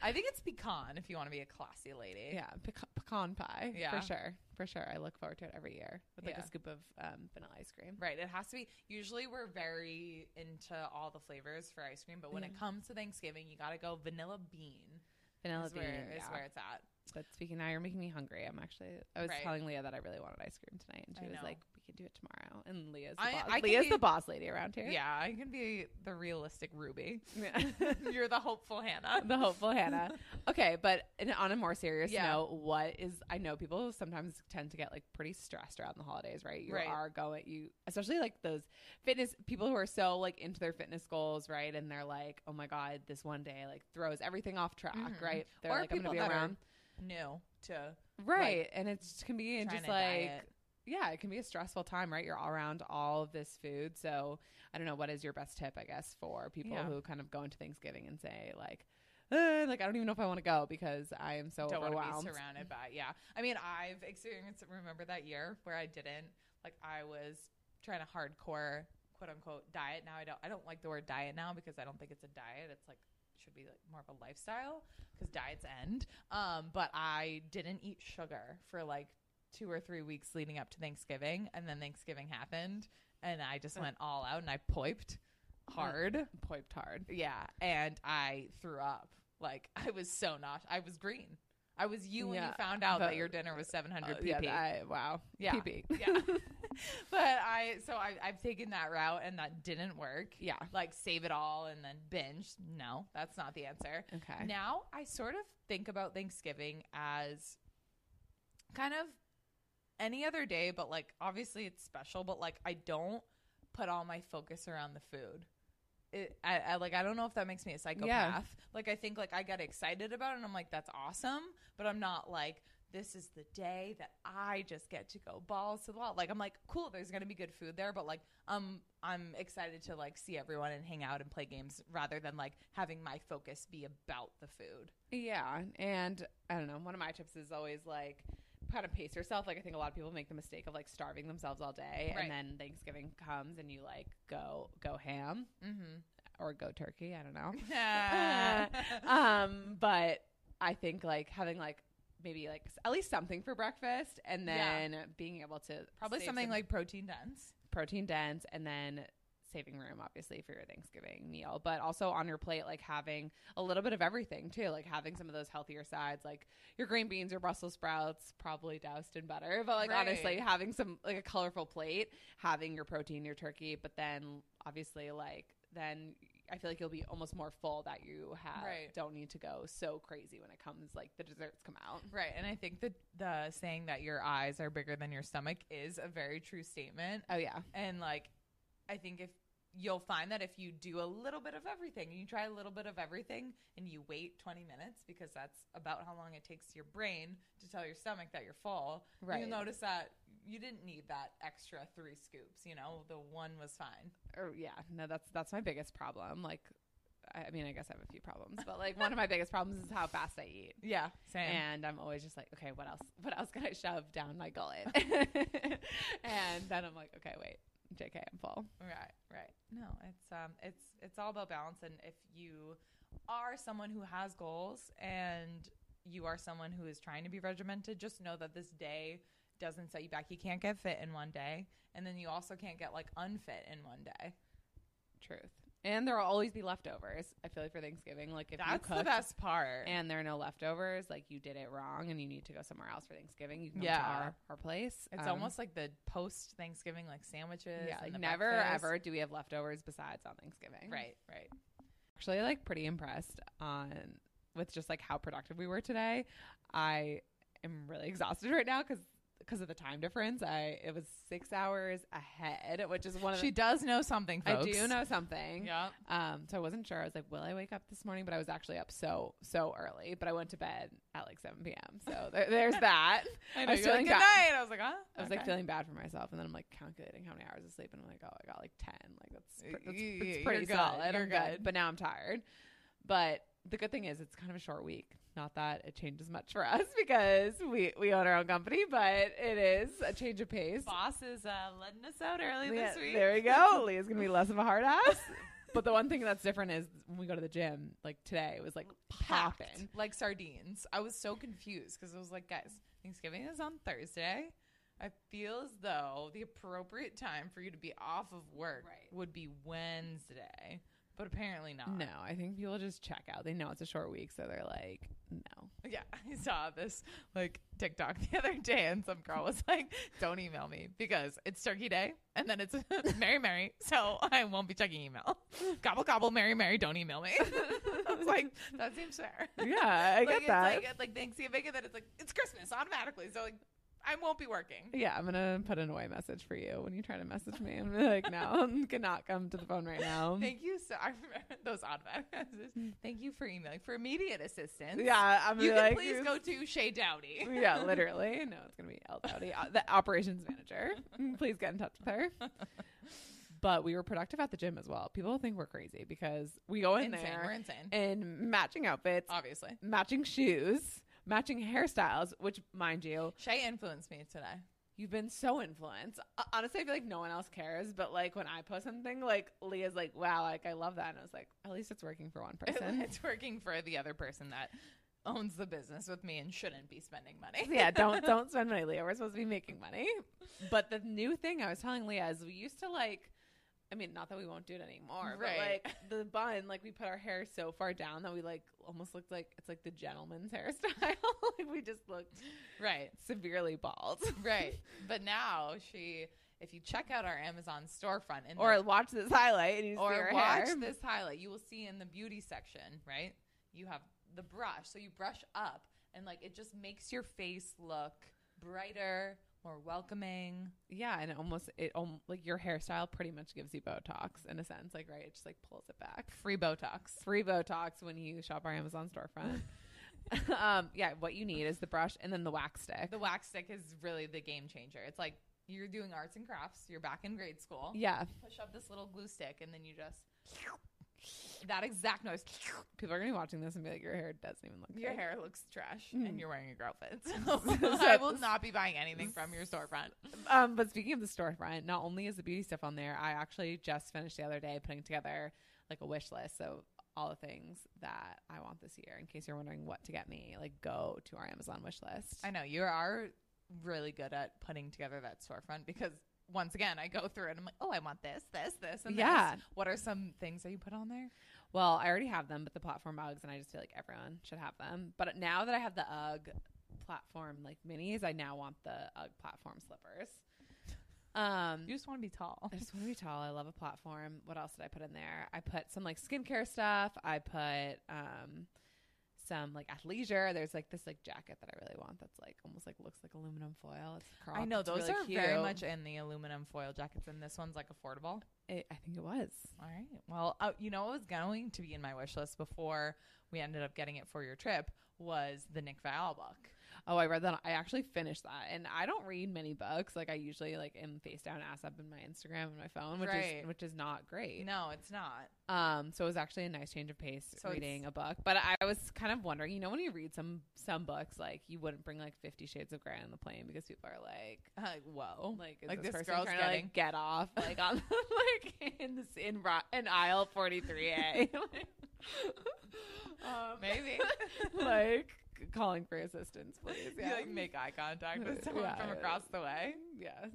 S1: I think it's pecan if you want to be a classy lady.
S3: Yeah, peca- pecan pie.
S1: Yeah.
S3: for sure, for sure. I look forward to it every year with like
S1: Yeah.
S3: a scoop of um, vanilla ice cream.
S1: Right. It has to be usually we're very into all the flavors for ice cream, but when it comes to Thanksgiving, you gotta go vanilla bean.
S3: Vanilla
S1: is
S3: bean.
S1: where, is
S3: yeah.
S1: where it's at.
S3: But speaking now, you're making me hungry. I'm actually. I was
S1: Right.
S3: telling Leah that I really wanted ice cream tonight, and she
S1: I
S3: was
S1: know.
S3: like, "We can do it tomorrow." And Leah's the
S1: I-
S3: boss.
S1: I can
S3: Leah's
S1: be-
S3: the boss lady around here.
S1: Yeah, I can be the realistic Ruby.
S3: Yeah.
S1: You're the hopeful Hannah.
S3: the hopeful Hannah. Okay, but in, on a more serious
S1: Yeah.
S3: note, what is I know people sometimes tend to get like pretty stressed around the holidays, right? You
S1: Right.
S3: are going you especially like those fitness people who are so like into their fitness goals, right? And they're like, "Oh my god, this one day like throws everything off track,"
S1: Mhm.
S3: right? They're
S1: Or
S3: like, "I'm going
S1: people
S3: to be
S1: that are
S3: around."
S1: New to
S3: Right. and it can be
S1: trying
S3: just
S1: to
S3: like
S1: diet.
S3: yeah, it can be a stressful time, right? You're all around all of this food. So I don't know what is your best tip, I guess, for people
S1: Yeah.
S3: who kind of go into Thanksgiving and say like, "Uh, like I don't even know if I want to go because I am so
S1: don't want
S3: overwhelmed.
S1: to be surrounded by. Yeah, I mean, I've experienced. Remember that year where I didn't like I was trying to hardcore quote unquote diet. Now I don't. I don't like the word diet now because I don't think it's a diet. It's like should be like more of a lifestyle because diets end. Um, but I didn't eat sugar for like two or three weeks leading up to Thanksgiving, and then Thanksgiving happened, and I just went all out and I poiped hard.
S3: Poiped hard.
S1: Yeah, and I threw up. Like I was so not. I was green. I was you when you
S3: Yeah,
S1: found out
S3: but-
S1: that your dinner was 700
S3: Uh,
S1: pp.
S3: yeah, I, wow.
S1: Yeah.
S3: PP.
S1: Yeah. but I so I I've taken that route and that didn't work.
S3: Yeah.
S1: Like save it all and then binge. No, that's not the answer.
S3: Okay.
S1: Now I sort of think about Thanksgiving as kind of any other day, but like obviously it's special, but like I don't put all my focus around the food. It, I, I like I don't know if that makes me a psychopath. Like I think like I get excited about it and I'm like that's awesome, but I'm not like this is the day that I just get to go balls to the wall. Like I'm like cool, there's going to be good food there, but like um I'm excited to like see everyone and hang out and play games rather than like having my focus be about the food.
S3: Yeah, and I don't know. One of my tips is always like kind of pace yourself. Like I think a lot of people make the mistake of like starving themselves all day,
S1: Right.
S3: and then Thanksgiving comes and you like go go ham
S1: Mhm.
S3: or go turkey. I don't know. um, but I think like having like maybe like s- at least something for breakfast, and
S1: Yeah.
S3: then being able to
S1: Probably
S3: save
S1: something
S3: some
S1: like protein dense.
S3: protein dense, and then saving room obviously for your Thanksgiving meal, but also on your plate like having a little bit of everything too, like having some of those healthier sides like your green beans or Brussels sprouts probably doused in butter, but like honestly
S1: Right.
S3: having some like a colorful plate, having your protein, your turkey, but then obviously like then I feel like you'll be almost more full that you have
S1: Right.
S3: don't need to go so crazy when it comes like the desserts come out.
S1: Right, and I think that the saying that your eyes are bigger than your stomach is a very true statement.
S3: Oh yeah.
S1: And like, I think if you'll find that if you do a little bit of everything, you try a little bit of everything, and you wait 20 minutes because that's about how long it takes your brain to tell your stomach that you're full.
S3: Right.
S1: You'll notice that you didn't need that extra three scoops. You know, the one was fine.
S3: or yeah, no, that's that's my biggest problem. Like, I I mean, I guess I have a few problems, but like one of my biggest problems is how fast I eat,
S1: Yeah, same.
S3: and I'm always just like, okay, what else? What else can I shove down my gullet? and then I'm like, okay, wait, Jk, I'm full.
S1: Right, right. No, it's um it's it's all about balance and if you are someone who has goals and you are someone who is trying to be regimented, just know that this day doesn't set you back. You can't get fit in one day and then you also can't get like unfit in one day.
S3: Truth. And there will always be leftovers. I feel like for Thanksgiving, like if you
S1: That's
S3: cook
S1: the best part.
S3: and there are no leftovers, like you did it wrong, and you need to go somewhere else for Thanksgiving, you can come
S1: Yeah.
S3: to our, our place.
S1: it's
S3: Um,
S1: almost like the post Thanksgiving like sandwiches.
S3: yeah,
S1: and
S3: like
S1: the
S3: never
S1: breakfast.
S3: ever do we have leftovers besides on Thanksgiving.
S1: Right, right.
S3: actually like pretty impressed on with just like how productive we were today. I am really exhausted right now because because of the time difference. I it was six hours ahead, which is one of
S1: She
S3: the,
S1: does know something,
S3: I
S1: folks.
S3: do know something.
S1: Yep.
S3: Um, so I wasn't sure. I was like, will I wake up this morning? But I was actually up so so early. But I went to bed at like seven p.m. So there, there's that.
S1: I,
S3: know,
S1: was
S3: you're
S1: feeling
S3: like, "Good
S1: good night. I was like, huh?
S3: I was like feeling bad for myself, and then I'm like calculating how many hours of sleep, and I'm like, oh, I got like ten. Like that's
S1: Y-
S3: pr- that's,
S1: y-
S3: that's
S1: y-
S3: pretty
S1: you're good.
S3: solid.
S1: You're
S3: I'm good.
S1: good.
S3: but now I'm tired. But the good thing is, it's kind of a short week. Not that it changes much for us because we we own our own company, but it is a change of pace.
S1: boss is uh, letting us out early
S3: Yeah,
S1: this week.
S3: There we go. Leah's gonna be less of a hard ass. but the one thing that's different is when we go to the gym. Like today, it was like
S1: packed
S3: popping.
S1: like sardines. I was so confused because I was like, guys, Thanksgiving is on Thursday. I feel as though the appropriate time for you to be off of work
S3: Right.
S1: would be Wednesday, but apparently not.
S3: No, I think people just check out. They know it's a short week, so they're like, no.
S1: Yeah, I saw this like TikTok the other day, and some girl was like, "Don't email me because it's Turkey Day, and then it's Mary Mary, so I won't be checking email. Gobble gobble, Mary Mary, don't email me." I was like, "That seems fair."
S3: Yeah, I
S1: like,
S3: get that.
S1: It's like, it's like Thanksgiving, and then it's like it's Christmas automatically. So like, I won't be working.
S3: Yeah, I'm gonna put an away message for you when you try to message me. I'm gonna be like, no, I cannot come to the phone right now.
S1: Thank you so. I remember those automatic messages. Thank you for emailing for immediate assistance.
S3: Hmm. yeah, I'm
S1: you
S3: gonna
S1: can
S3: be like,
S1: please go to Shay Dowdy.
S3: yeah, literally. No, it's gonna be El Dowdy, uh, the operations manager. Mm, Please get in touch with her. But we were productive at the gym as well. People think we're crazy because we go in
S1: Insane, we're
S3: there
S1: insane.
S3: in matching outfits,
S1: Obviously,
S3: matching shoes, matching hairstyles. Which, mind you,
S1: Shay influenced me today.
S3: You've been so influenced. Uh, Honestly, I feel like no one else cares, but like when I post something, like Leah's like, "Wow, like I love that," and I was like, "At least it's working for one person."
S1: It's working for the other person that owns the business with me and shouldn't be spending money.
S3: yeah, don't don't spend money, Leah. We're supposed to be making money. But the new thing I was telling Leah is we used to like, I mean, not that we won't do it anymore,
S1: Right.
S3: but like the bun, like we put our hair so far down that we like almost looked like it's like the gentleman's hairstyle. like we just looked
S1: Right.
S3: severely bald.
S1: Right. But now she, if you check out our Amazon storefront and
S3: or watch this highlight and you see
S1: or
S3: our
S1: watch
S3: hair.
S1: this highlight. You will see in the beauty section, right? You have the brush. So you brush up and like it just makes your face look brighter, more welcoming.
S3: Yeah, and it almost it um, like your hairstyle pretty much gives you Botox in a sense, like right, it just like pulls it back.
S1: Free Botox.
S3: Free Botox when you shop our Amazon storefront. um, yeah, what you need is the brush and then the wax stick.
S1: The wax stick is really the game changer. It's like you're doing arts and crafts, you're back in grade school.
S3: yeah,
S1: Push up this little glue stick and then you just that exact noise.
S3: people are gonna be watching this and be like, your hair doesn't even look
S1: Your
S3: good."
S1: hair looks trash
S3: Mm.
S1: and you're wearing a girl fit. So I will not be buying anything from your storefront.
S3: Um, but speaking of the storefront, not only is the beauty stuff on there, I actually just finished the other day putting together like a wish list. So all the things that I want this year. In case you're wondering what to get me, like go to our Amazon wish list.
S1: I know you are really good at putting together that storefront because once again, I go through it. I'm like, oh, I want this, this, this, and
S3: Yeah.
S1: this. What are some things that you put on there?
S3: Well, I already have them, but the platform Uggs, and I just feel like everyone should have them. But now that I have the Ugg platform like minis, I now want the Ugg platform slippers. Um,
S1: You just want to be tall.
S3: I just want to be tall. I love a platform. What else did I put in there? I put some like skincare stuff. I put um some like athleisure. There's like this like jacket that I really want. That's like almost like looks like aluminum foil. It's cropped.
S1: I know
S3: It's
S1: those
S3: really
S1: are very
S3: cute.
S1: much in the aluminum foil jackets, and this one's like affordable.
S3: It, I think it was.
S1: All right. Well, uh, you know what was going to be in my wish list before we ended up getting it for your trip was the Nick Vial book.
S3: Oh, I read that. I actually finished that, and I don't read many books. Like I usually like am face down, ass up in my Instagram and my phone, which
S1: Right.
S3: is which is not great.
S1: No, it's not.
S3: Um, so it was actually a nice change of pace
S1: So
S3: reading a book. But I was kind of wondering, you know, when you read some some books, like you wouldn't bring like Fifty Shades of Grey on the plane because people are like,
S1: I'm Like, whoa.
S3: like, is
S1: Like,
S3: this,
S1: this
S3: person
S1: girl's
S3: trying to
S1: getting-
S3: like get off like on like in this in ro- in aisle forty three A, um,
S1: Maybe.
S3: like calling for assistance, please.
S1: You
S3: Yeah,
S1: like make eye contact with
S3: Uh,
S1: someone
S3: yeah.
S1: from across the way.
S3: yeah.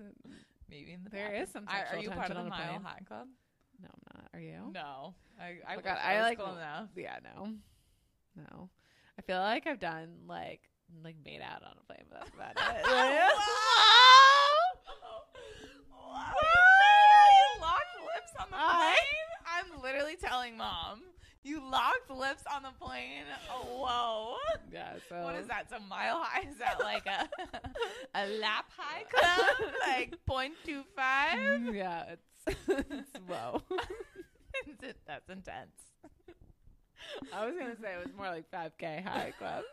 S1: Maybe in the
S3: There
S1: bathroom.
S3: is some
S1: Are- Are,
S3: sexual
S1: you part
S3: tension
S1: of the
S3: on a
S1: Mile
S3: plane.
S1: High Club?
S3: No, I'm not. Are you?
S1: No, I
S3: Oh
S1: I,
S3: my
S1: wish
S3: God,
S1: I,
S3: I,
S1: was
S3: like,
S1: cool
S3: w-
S1: enough.
S3: Yeah, no, no. I feel like I've done like like made out on a plane, but that's about it.
S1: you locked lips on the
S3: I-
S1: plane. I'm literally telling mom you locked lips on the plane. Oh, whoa.
S3: yeah. So
S1: What is that? Some mile high? Is that like a a lap high club? Like point two five?
S3: Mm, Yeah, it's, it's low.
S1: That's intense.
S3: I was gonna say it was more like 5K high club.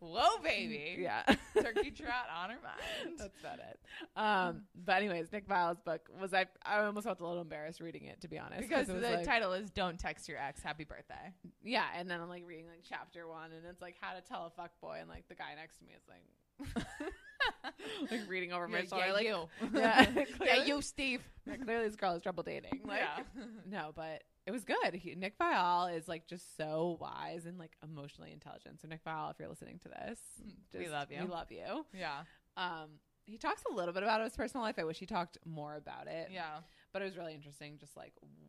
S1: Whoa, baby.
S3: yeah,
S1: Turkey trot on her mind.
S3: that's about it. Um, but anyways, Nick Vile's book was I. I almost felt a little embarrassed reading it to be honest
S1: Because
S3: it
S1: the
S3: was like-
S1: title is "Don't Text Your Ex Happy Birthday."
S3: Yeah, and then I'm like reading like chapter one, and it's like how to tell a fuck boy, and like the guy next to me is like, like reading over my
S1: Yeah,
S3: shoulder,
S1: yeah,
S3: like
S1: you.
S3: yeah,
S1: yeah,
S3: clearly-
S1: you, Steve.
S3: yeah, clearly this girl is trouble dating. Like,
S1: Yeah.
S3: no, but it was good. He, Nick Vial is like just so wise and like emotionally intelligent. So Nick Vial, if you're listening to this,
S1: We
S3: just-
S1: love you.
S3: We love you.
S1: Yeah,
S3: Um, he talks a little bit about his personal life. I wish he talked more about it.
S1: yeah.
S3: but it was really interesting. Just like w-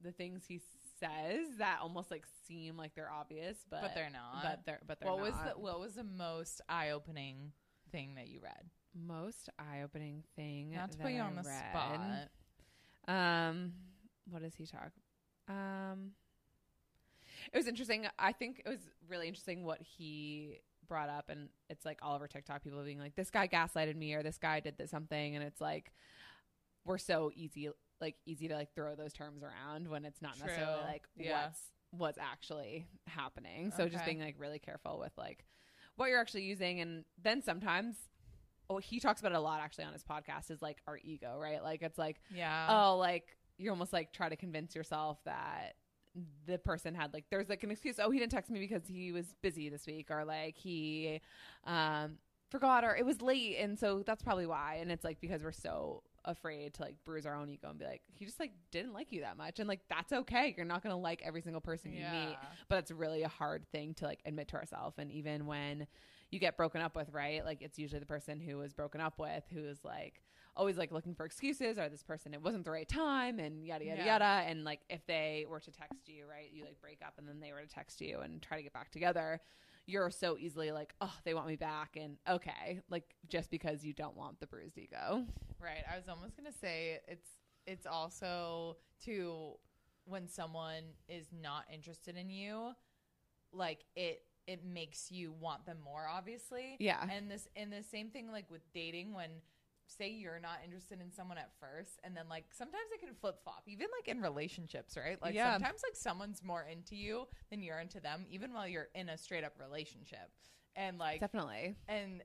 S3: the things he says that almost like seem like they're obvious, but,
S1: But, they're not.
S3: But they're but they're
S1: what
S3: not.
S1: was the What was the most eye opening thing that you read?
S3: most eye opening thing?
S1: Not to
S3: that
S1: put you
S3: I
S1: on the
S3: read.
S1: spot.
S3: Um, what does he talk? Um, it was interesting. I think it was really interesting what he brought up, and it's like all over TikTok, people being like, "This guy gaslighted me," or "This guy did this something," and it's like we're so easy, like easy to like throw those terms around when it's not necessarily
S1: True.
S3: like
S1: Yeah.
S3: what's what's actually happening. So just
S1: Okay.
S3: being like really careful with like what you're actually using, and then sometimes. Oh, he talks about it a lot actually on his podcast is like our ego, right? Like it's like
S1: Yeah.
S3: oh like you almost like try to convince yourself that the person had like there's like an excuse oh he didn't text me because he was busy this week or like he um forgot or it was late and so that's probably why and it's like because we're so afraid to like bruise our own ego and be like he just like didn't like you that much and like that's okay you're not gonna like every single person you meet but it's really a hard thing to like admit to ourselves and even when you get broken up with right like it's usually the person who was broken up with who is like always like looking for excuses or this person it wasn't the right time and yada yada
S1: Yeah.
S3: yada and like if they were to text you right you like break up and then they were to text you and try to get back together you're so easily like oh they want me back and okay like just because you don't want the bruised ego
S1: Right. I was almost gonna say it's it's also to when someone is not interested in you, like it it makes you want them more, obviously.
S3: yeah
S1: And this and the same thing like with dating when say you're not interested in someone at first and then like sometimes it can flip flop. Even like in relationships, right? Like
S3: Yeah.
S1: sometimes like someone's more into you than you're into them, even while you're in a straight up relationship. And like
S3: definitely
S1: and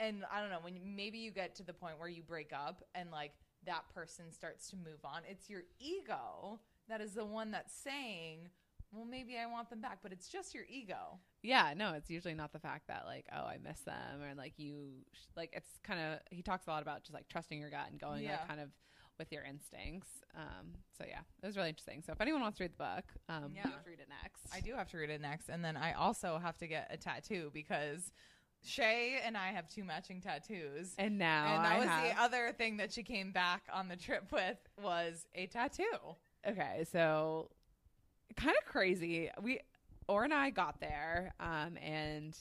S1: and I don't know when you- maybe you get to the point where you break up and like that person starts to move on. It's your ego that is the one that's saying, "Well, maybe I want them back," but it's just your ego.
S3: Yeah, no, it's usually not the fact that like, oh, I miss them, or like you, sh- like it's kind of he talks a lot about just like trusting your gut and going
S1: Yeah.
S3: like kind of with your instincts. Um, so yeah, it was really interesting. So if anyone wants to read the book, um,
S1: Yeah.
S3: we have to read it next.
S1: I do have to read it next, and then I also have to get a tattoo because Shay and I have two matching tattoos.
S3: And now
S1: and
S3: Oh, I
S1: that was
S3: have-
S1: the other thing that she came back on the trip with was a tattoo.
S3: okay so kind of crazy we or and i got there um and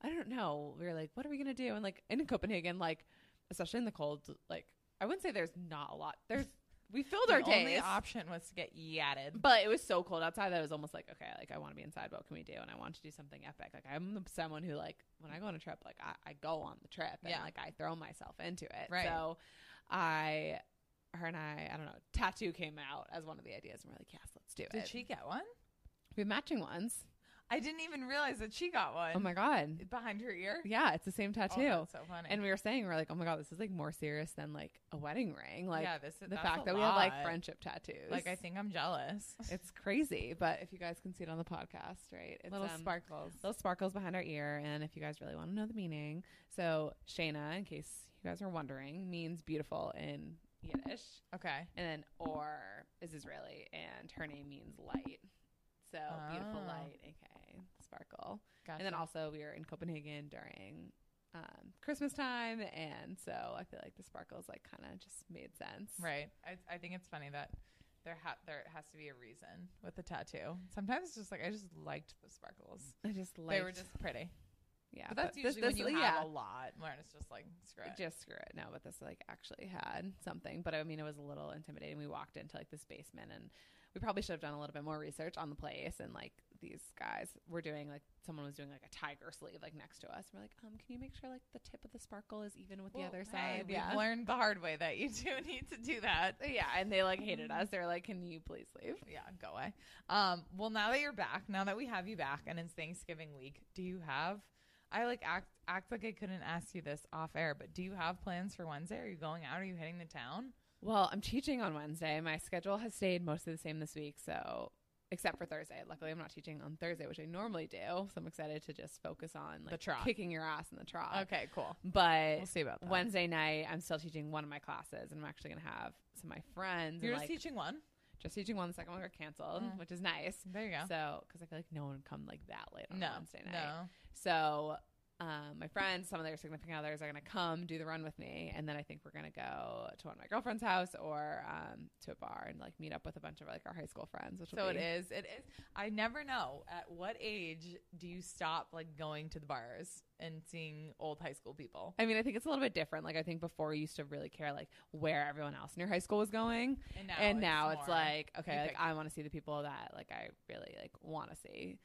S3: i don't know we were like what are we gonna do and like in copenhagen like especially in the cold like i wouldn't say there's not a lot there's we filled our
S1: the only
S3: days
S1: option was to get yatted.
S3: but it was so cold outside that it was almost like okay like i want to be inside what can we do and i want to do something epic like i'm someone who like when i go on a trip like i, I go on the trip and
S1: Yeah.
S3: like i throw myself into it
S1: Right.
S3: so i her and i i don't know tattoo came out as one of the ideas and we're like yes let's do
S1: Did
S3: it
S1: she get one?
S3: we have matching ones
S1: I didn't even realize that she got one
S3: oh my god
S1: behind her ear.
S3: yeah it's the same
S1: Oh,
S3: tattoo
S1: that's so funny.
S3: and we were saying we're like oh my god this is like more serious than like a wedding ring like
S1: yeah, this is
S3: the
S1: that's a
S3: fact that we have like
S1: lot.
S3: friendship tattoos
S1: Like I think I'm jealous.
S3: it's crazy but if you guys can see it on the podcast right it's
S1: little
S3: um,
S1: sparkles.
S3: little sparkles behind our ear. And if you guys really want to know the meaning, so Shana, in case you guys are wondering, means beautiful in Yiddish.
S1: Okay.
S3: And then Or is Israeli, and her name means light. So beautiful
S1: Oh.
S3: light, aka sparkle.
S1: Gotcha.
S3: And then also, we were in Copenhagen during um, Christmas time. And so I feel like the sparkles, like, kind of just made sense.
S1: Right. I, I think it's funny that there ha- there has to be a reason with the tattoo. Sometimes it's just like I just liked the sparkles.
S3: I just liked,
S1: They were just pretty.
S3: yeah.
S1: But that's
S3: this-
S1: usually
S3: this-
S1: when you
S3: yeah.
S1: have a lot, when it's just like screw it.
S3: just screw it. No, but this like actually had something. But I mean, it was a little intimidating. We walked into like this basement, and we probably should have done a little bit more research on the place. And like these guys were doing like someone was doing like a tiger sleeve like next to us. And we're like, um, can you make sure like the tip of the sparkle is even with
S1: Well,
S3: the other
S1: hey,
S3: side?
S1: we've
S3: yeah,
S1: learned the hard way that you do need to do that.
S3: yeah. And they like hated us. They were like, can you please leave?
S1: Yeah, go away. Um, well, now that you're back, now that we have you back, and it's Thanksgiving week, do you have? I like act act like I couldn't ask you this off air, but do you have plans for Wednesday? Are you going out? Are you hitting the town?
S3: Well, I'm teaching on Wednesday. My schedule has stayed mostly the same this week, so except for Thursday. Luckily, I'm not teaching on Thursday, which I normally do. So I'm excited to just focus on like
S1: trot.
S3: kicking your ass in the trot.
S1: Okay, cool.
S3: But
S1: We'll see about that.
S3: Wednesday night, I'm still teaching one of my classes, and I'm actually going to have some of my friends.
S1: you're
S3: and,
S1: just
S3: like,
S1: teaching one.
S3: just teaching one. The second one got canceled,
S1: Mm.
S3: which is nice.
S1: There you go.
S3: So, because I feel like no one would come like that late on
S1: no,
S3: Wednesday night.
S1: no.
S3: So, um, my friends, some of their significant others are going to come do the run with me. And then I think we're going to go to one of my girlfriend's house or um, to a bar and like meet up with a bunch of like our high school friends. Which
S1: So
S3: will
S1: it
S3: be,
S1: is. It is. I never know at what age do you stop like going to the bars and seeing old high school people,
S3: I mean, I think it's a little bit different. Like, I think before you used to really care like where everyone else in your high school was going.
S1: and now
S3: and now it's
S1: Oh, more-
S3: like okay
S1: you
S3: like
S1: pick.
S3: i want to see the people that like i really like want to see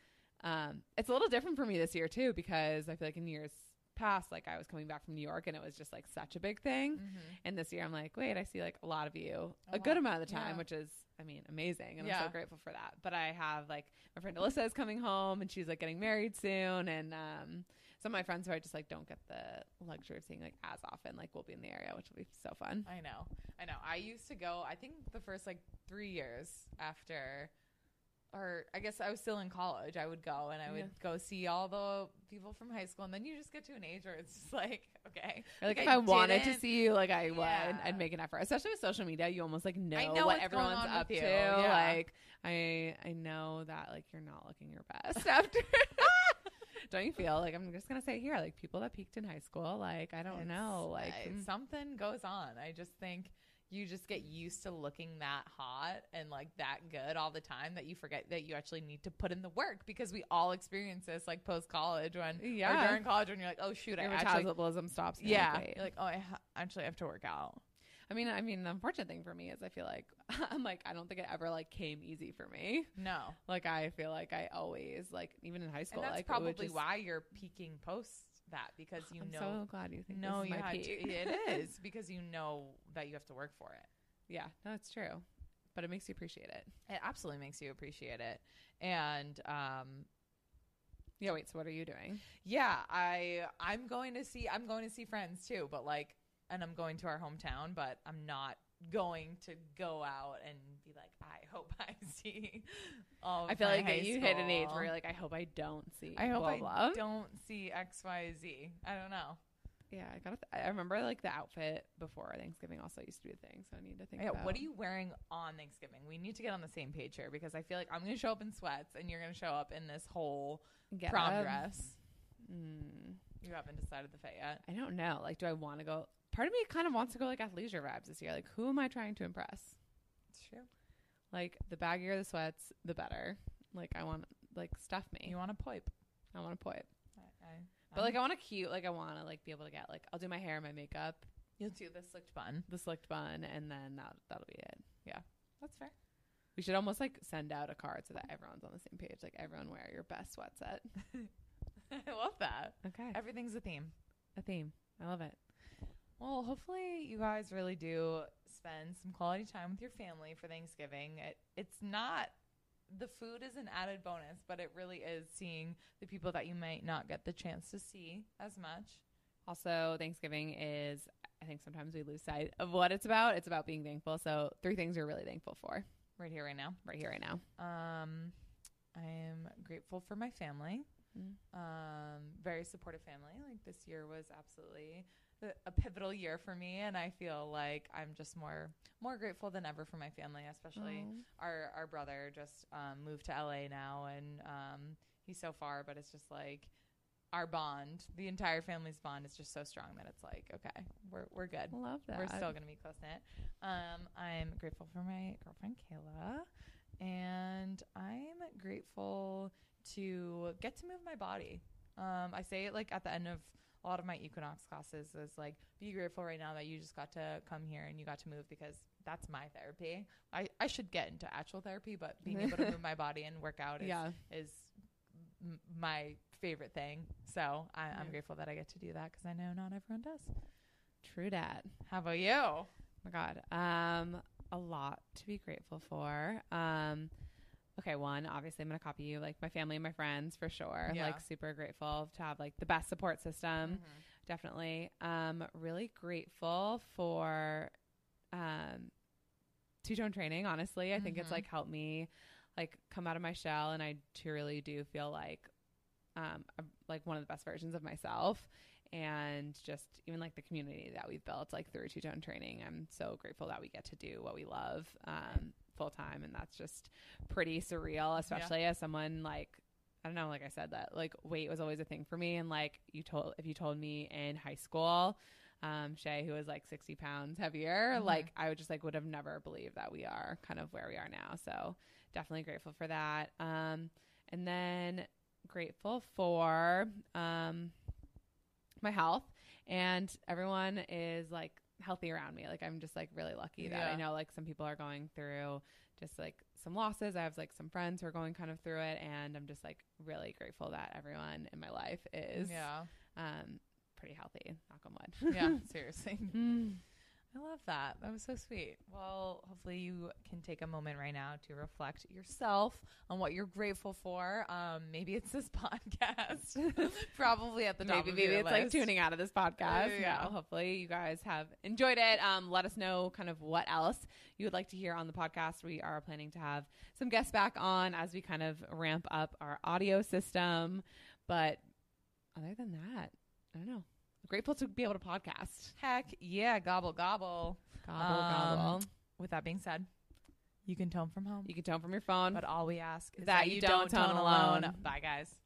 S3: um it's a little different for me this year too because i feel like in years past like i was coming back from new york and it was just like such a big thing
S1: Mhm.
S3: and this year i'm like wait i see like a lot of you
S1: A
S3: a, good
S1: lot,
S3: amount of the time
S1: yeah.
S3: which is i mean amazing and i'm
S1: Yeah.
S3: so grateful for that but i have like my friend alyssa is coming home and she's like getting married soon and um some of my friends who I just like don't get the luxury of seeing like as often like will be in the area, which will be so fun.
S1: I know. I know. I used to go, I think the first like three years after, or I guess I was still in college, I would go and I would go see all the people from high school. And then you just get to an age where it's just like, okay.
S3: Or, Like,
S1: Like,
S3: if
S1: I
S3: I, wanted to
S1: didn't-
S3: see you, like I would,
S1: Yeah.
S3: I'd make an effort. Especially with social media, you almost like know,
S1: know what's
S3: what
S1: going
S3: everyone's
S1: on with
S3: up to.
S1: you, yeah.
S3: Like I, I know that like you're not looking your best after. don't you feel like I'm just gonna say it here, like people that peaked in high school, like I don't
S1: It's-
S3: know, Oh, like
S1: I-
S3: mm,
S1: something goes on. I just think you just get used to looking that hot and like that good all the time that you forget that you actually need to put in the work because we all experience this like post college when
S3: mm, Yeah.
S1: or during college when you're like, oh shoot, I
S3: your
S1: actually
S3: metabolism stops. and you're like,
S1: yeah,
S3: wait.
S1: you're like oh, I ha- actually have to work out.
S3: I mean, I mean, the unfortunate thing for me is I feel like I'm like I don't think it ever like came easy for me.
S1: No.
S3: Like I feel like I always like even in high school,
S1: and that's
S3: like, it would
S1: probably
S3: just-
S1: why you're peaking posts that because you
S3: I'm
S1: know
S3: so glad you think
S1: no
S3: this
S1: you
S3: is my
S1: had to,
S3: peak.
S1: it is because you know that you have to work for it
S3: Yeah, no, it's true. But it makes you appreciate it.
S1: it absolutely makes you appreciate it and um
S3: Yeah, wait, so what are you doing?
S1: yeah i i'm going to see i'm going to see friends too but like and i'm going to our hometown but i'm not going to go out and be like i hope i see all of
S3: I feel
S1: my
S3: like
S1: high
S3: you hit an age
S1: school.
S3: where you're like, I hope I don't see.
S1: i hope
S3: blah,
S1: i
S3: blah."
S1: don't see xyz i don't know
S3: Yeah, I got. Th- I remember like the outfit before Thanksgiving also used to be a thing, so I need to think.
S1: Yeah,
S3: about.
S1: what are you wearing on Thanksgiving? We need to get on the same page here because I feel like I'm going to show up in sweats and you're going to show up in this whole
S3: Get
S1: prom
S3: up.
S1: dress.
S3: Mm.
S1: You haven't decided the fit yet.
S3: I don't know. Like, do I want to go? Part of me kind of wants to go like athleisure vibes this year. Like, who am I trying to impress?
S1: It's true.
S3: Like, the baggier the sweats, the better. Like, I want like stuff me.
S1: You want a poip.
S3: I want to put it.
S1: I, I,
S3: But like,
S1: I'm-
S3: I want to cute. Like, I want to like be able to get like I'll do my hair, and my makeup,
S1: you'll do the slicked bun.
S3: the slicked bun, and then that that'll be it.
S1: That's fair.
S3: We should almost like send out a card so that everyone's on the same page. Like, everyone wear your best sweat set.
S1: I love that.
S3: Okay,
S1: Everything's a theme.
S3: a theme. I love it.
S1: Well, hopefully you guys really do spend some quality time with your family for Thanksgiving. It, it's not the food is an added bonus, but it really is seeing the people that you might not get the chance to see as much.
S3: Also, Thanksgiving is, I think sometimes we lose sight of what it's about. It's about being thankful. So, three things you're really thankful for
S1: Right here, right now.
S3: right here, right now.
S1: Um, I am grateful for my family.
S3: Mm.
S1: Um, very supportive family. Like this year was absolutely a- a pivotal year for me, and I feel like I'm just more more grateful than ever for my family, especially our our brother just um, moved to LA now, and um, he's so far, but it's just like our bond, the entire family's bond is just so strong that it's like, okay, we're we're good.
S3: Oh, Love that.
S1: We're still gonna be close knit. Um, I'm grateful for my girlfriend Kayla, and I'm grateful to get to move my body. Um, I say it like at the end of a lot of my equinox classes is like be grateful right now that you just got to come here and you got to move because that's my therapy. I, I should get into actual therapy, but being able to move my body and work out is,
S3: yeah.
S1: is m- my favorite thing. So I, I'm
S3: Yeah.
S1: grateful that I get to do that because I know not everyone does.
S3: True dat.
S1: How about you?
S3: Oh my God. Um, a lot to be grateful for. Um, okay, one, obviously, I'm going to copy you. Like, my family and my friends, for sure.
S1: Yeah. Mm-hmm.
S3: Like, super grateful to have like the best support system. definitely um really grateful for um two-tone training honestly i think
S1: Mhm.
S3: it's like helped me like come out of my shell and i truly do feel like um I'm, like one of the best versions of myself and just even like the community that we've built like through two-tone training i'm so grateful that we get to do what we love um full time and that's just pretty surreal especially as someone like I don't know, like I said that like weight was always a thing for me and like you told if you told me in high school, um, Shay, who was like sixty pounds heavier,
S1: Mhm.
S3: like I would just like would have never believed that we are kind of where we are now. So definitely grateful for that. Um and then grateful for um my health and everyone is like healthy around me. Like I'm just like really lucky that
S1: Yeah.
S3: I know like some people are going through just like some losses. I have like some friends who are going kind of through it, and I'm just like really grateful that everyone in my life is
S1: yeah
S3: um pretty healthy. Knock on wood.
S1: yeah seriously
S3: Mm.
S1: i love that that was so sweet well hopefully you can take a moment right now to reflect yourself on what you're grateful for um maybe it's this podcast probably at the top
S3: maybe
S1: of
S3: maybe
S1: your
S3: it's like
S1: list.
S3: tuning out of this podcast.
S1: yeah.
S3: No, hopefully you guys have enjoyed it. Um, let us know kind of what else you would like to hear on the podcast. We are planning to have some guests back on as we kind of ramp up our audio system. But other than that, I don't know. Grateful to be able to podcast.
S1: heck yeah gobble gobble
S3: Gobble
S1: Um,
S3: gobble.
S1: with that being said you can tone from home
S3: You can tone from your phone.
S1: but all we ask is
S3: That you don't tone alone.
S1: bye guys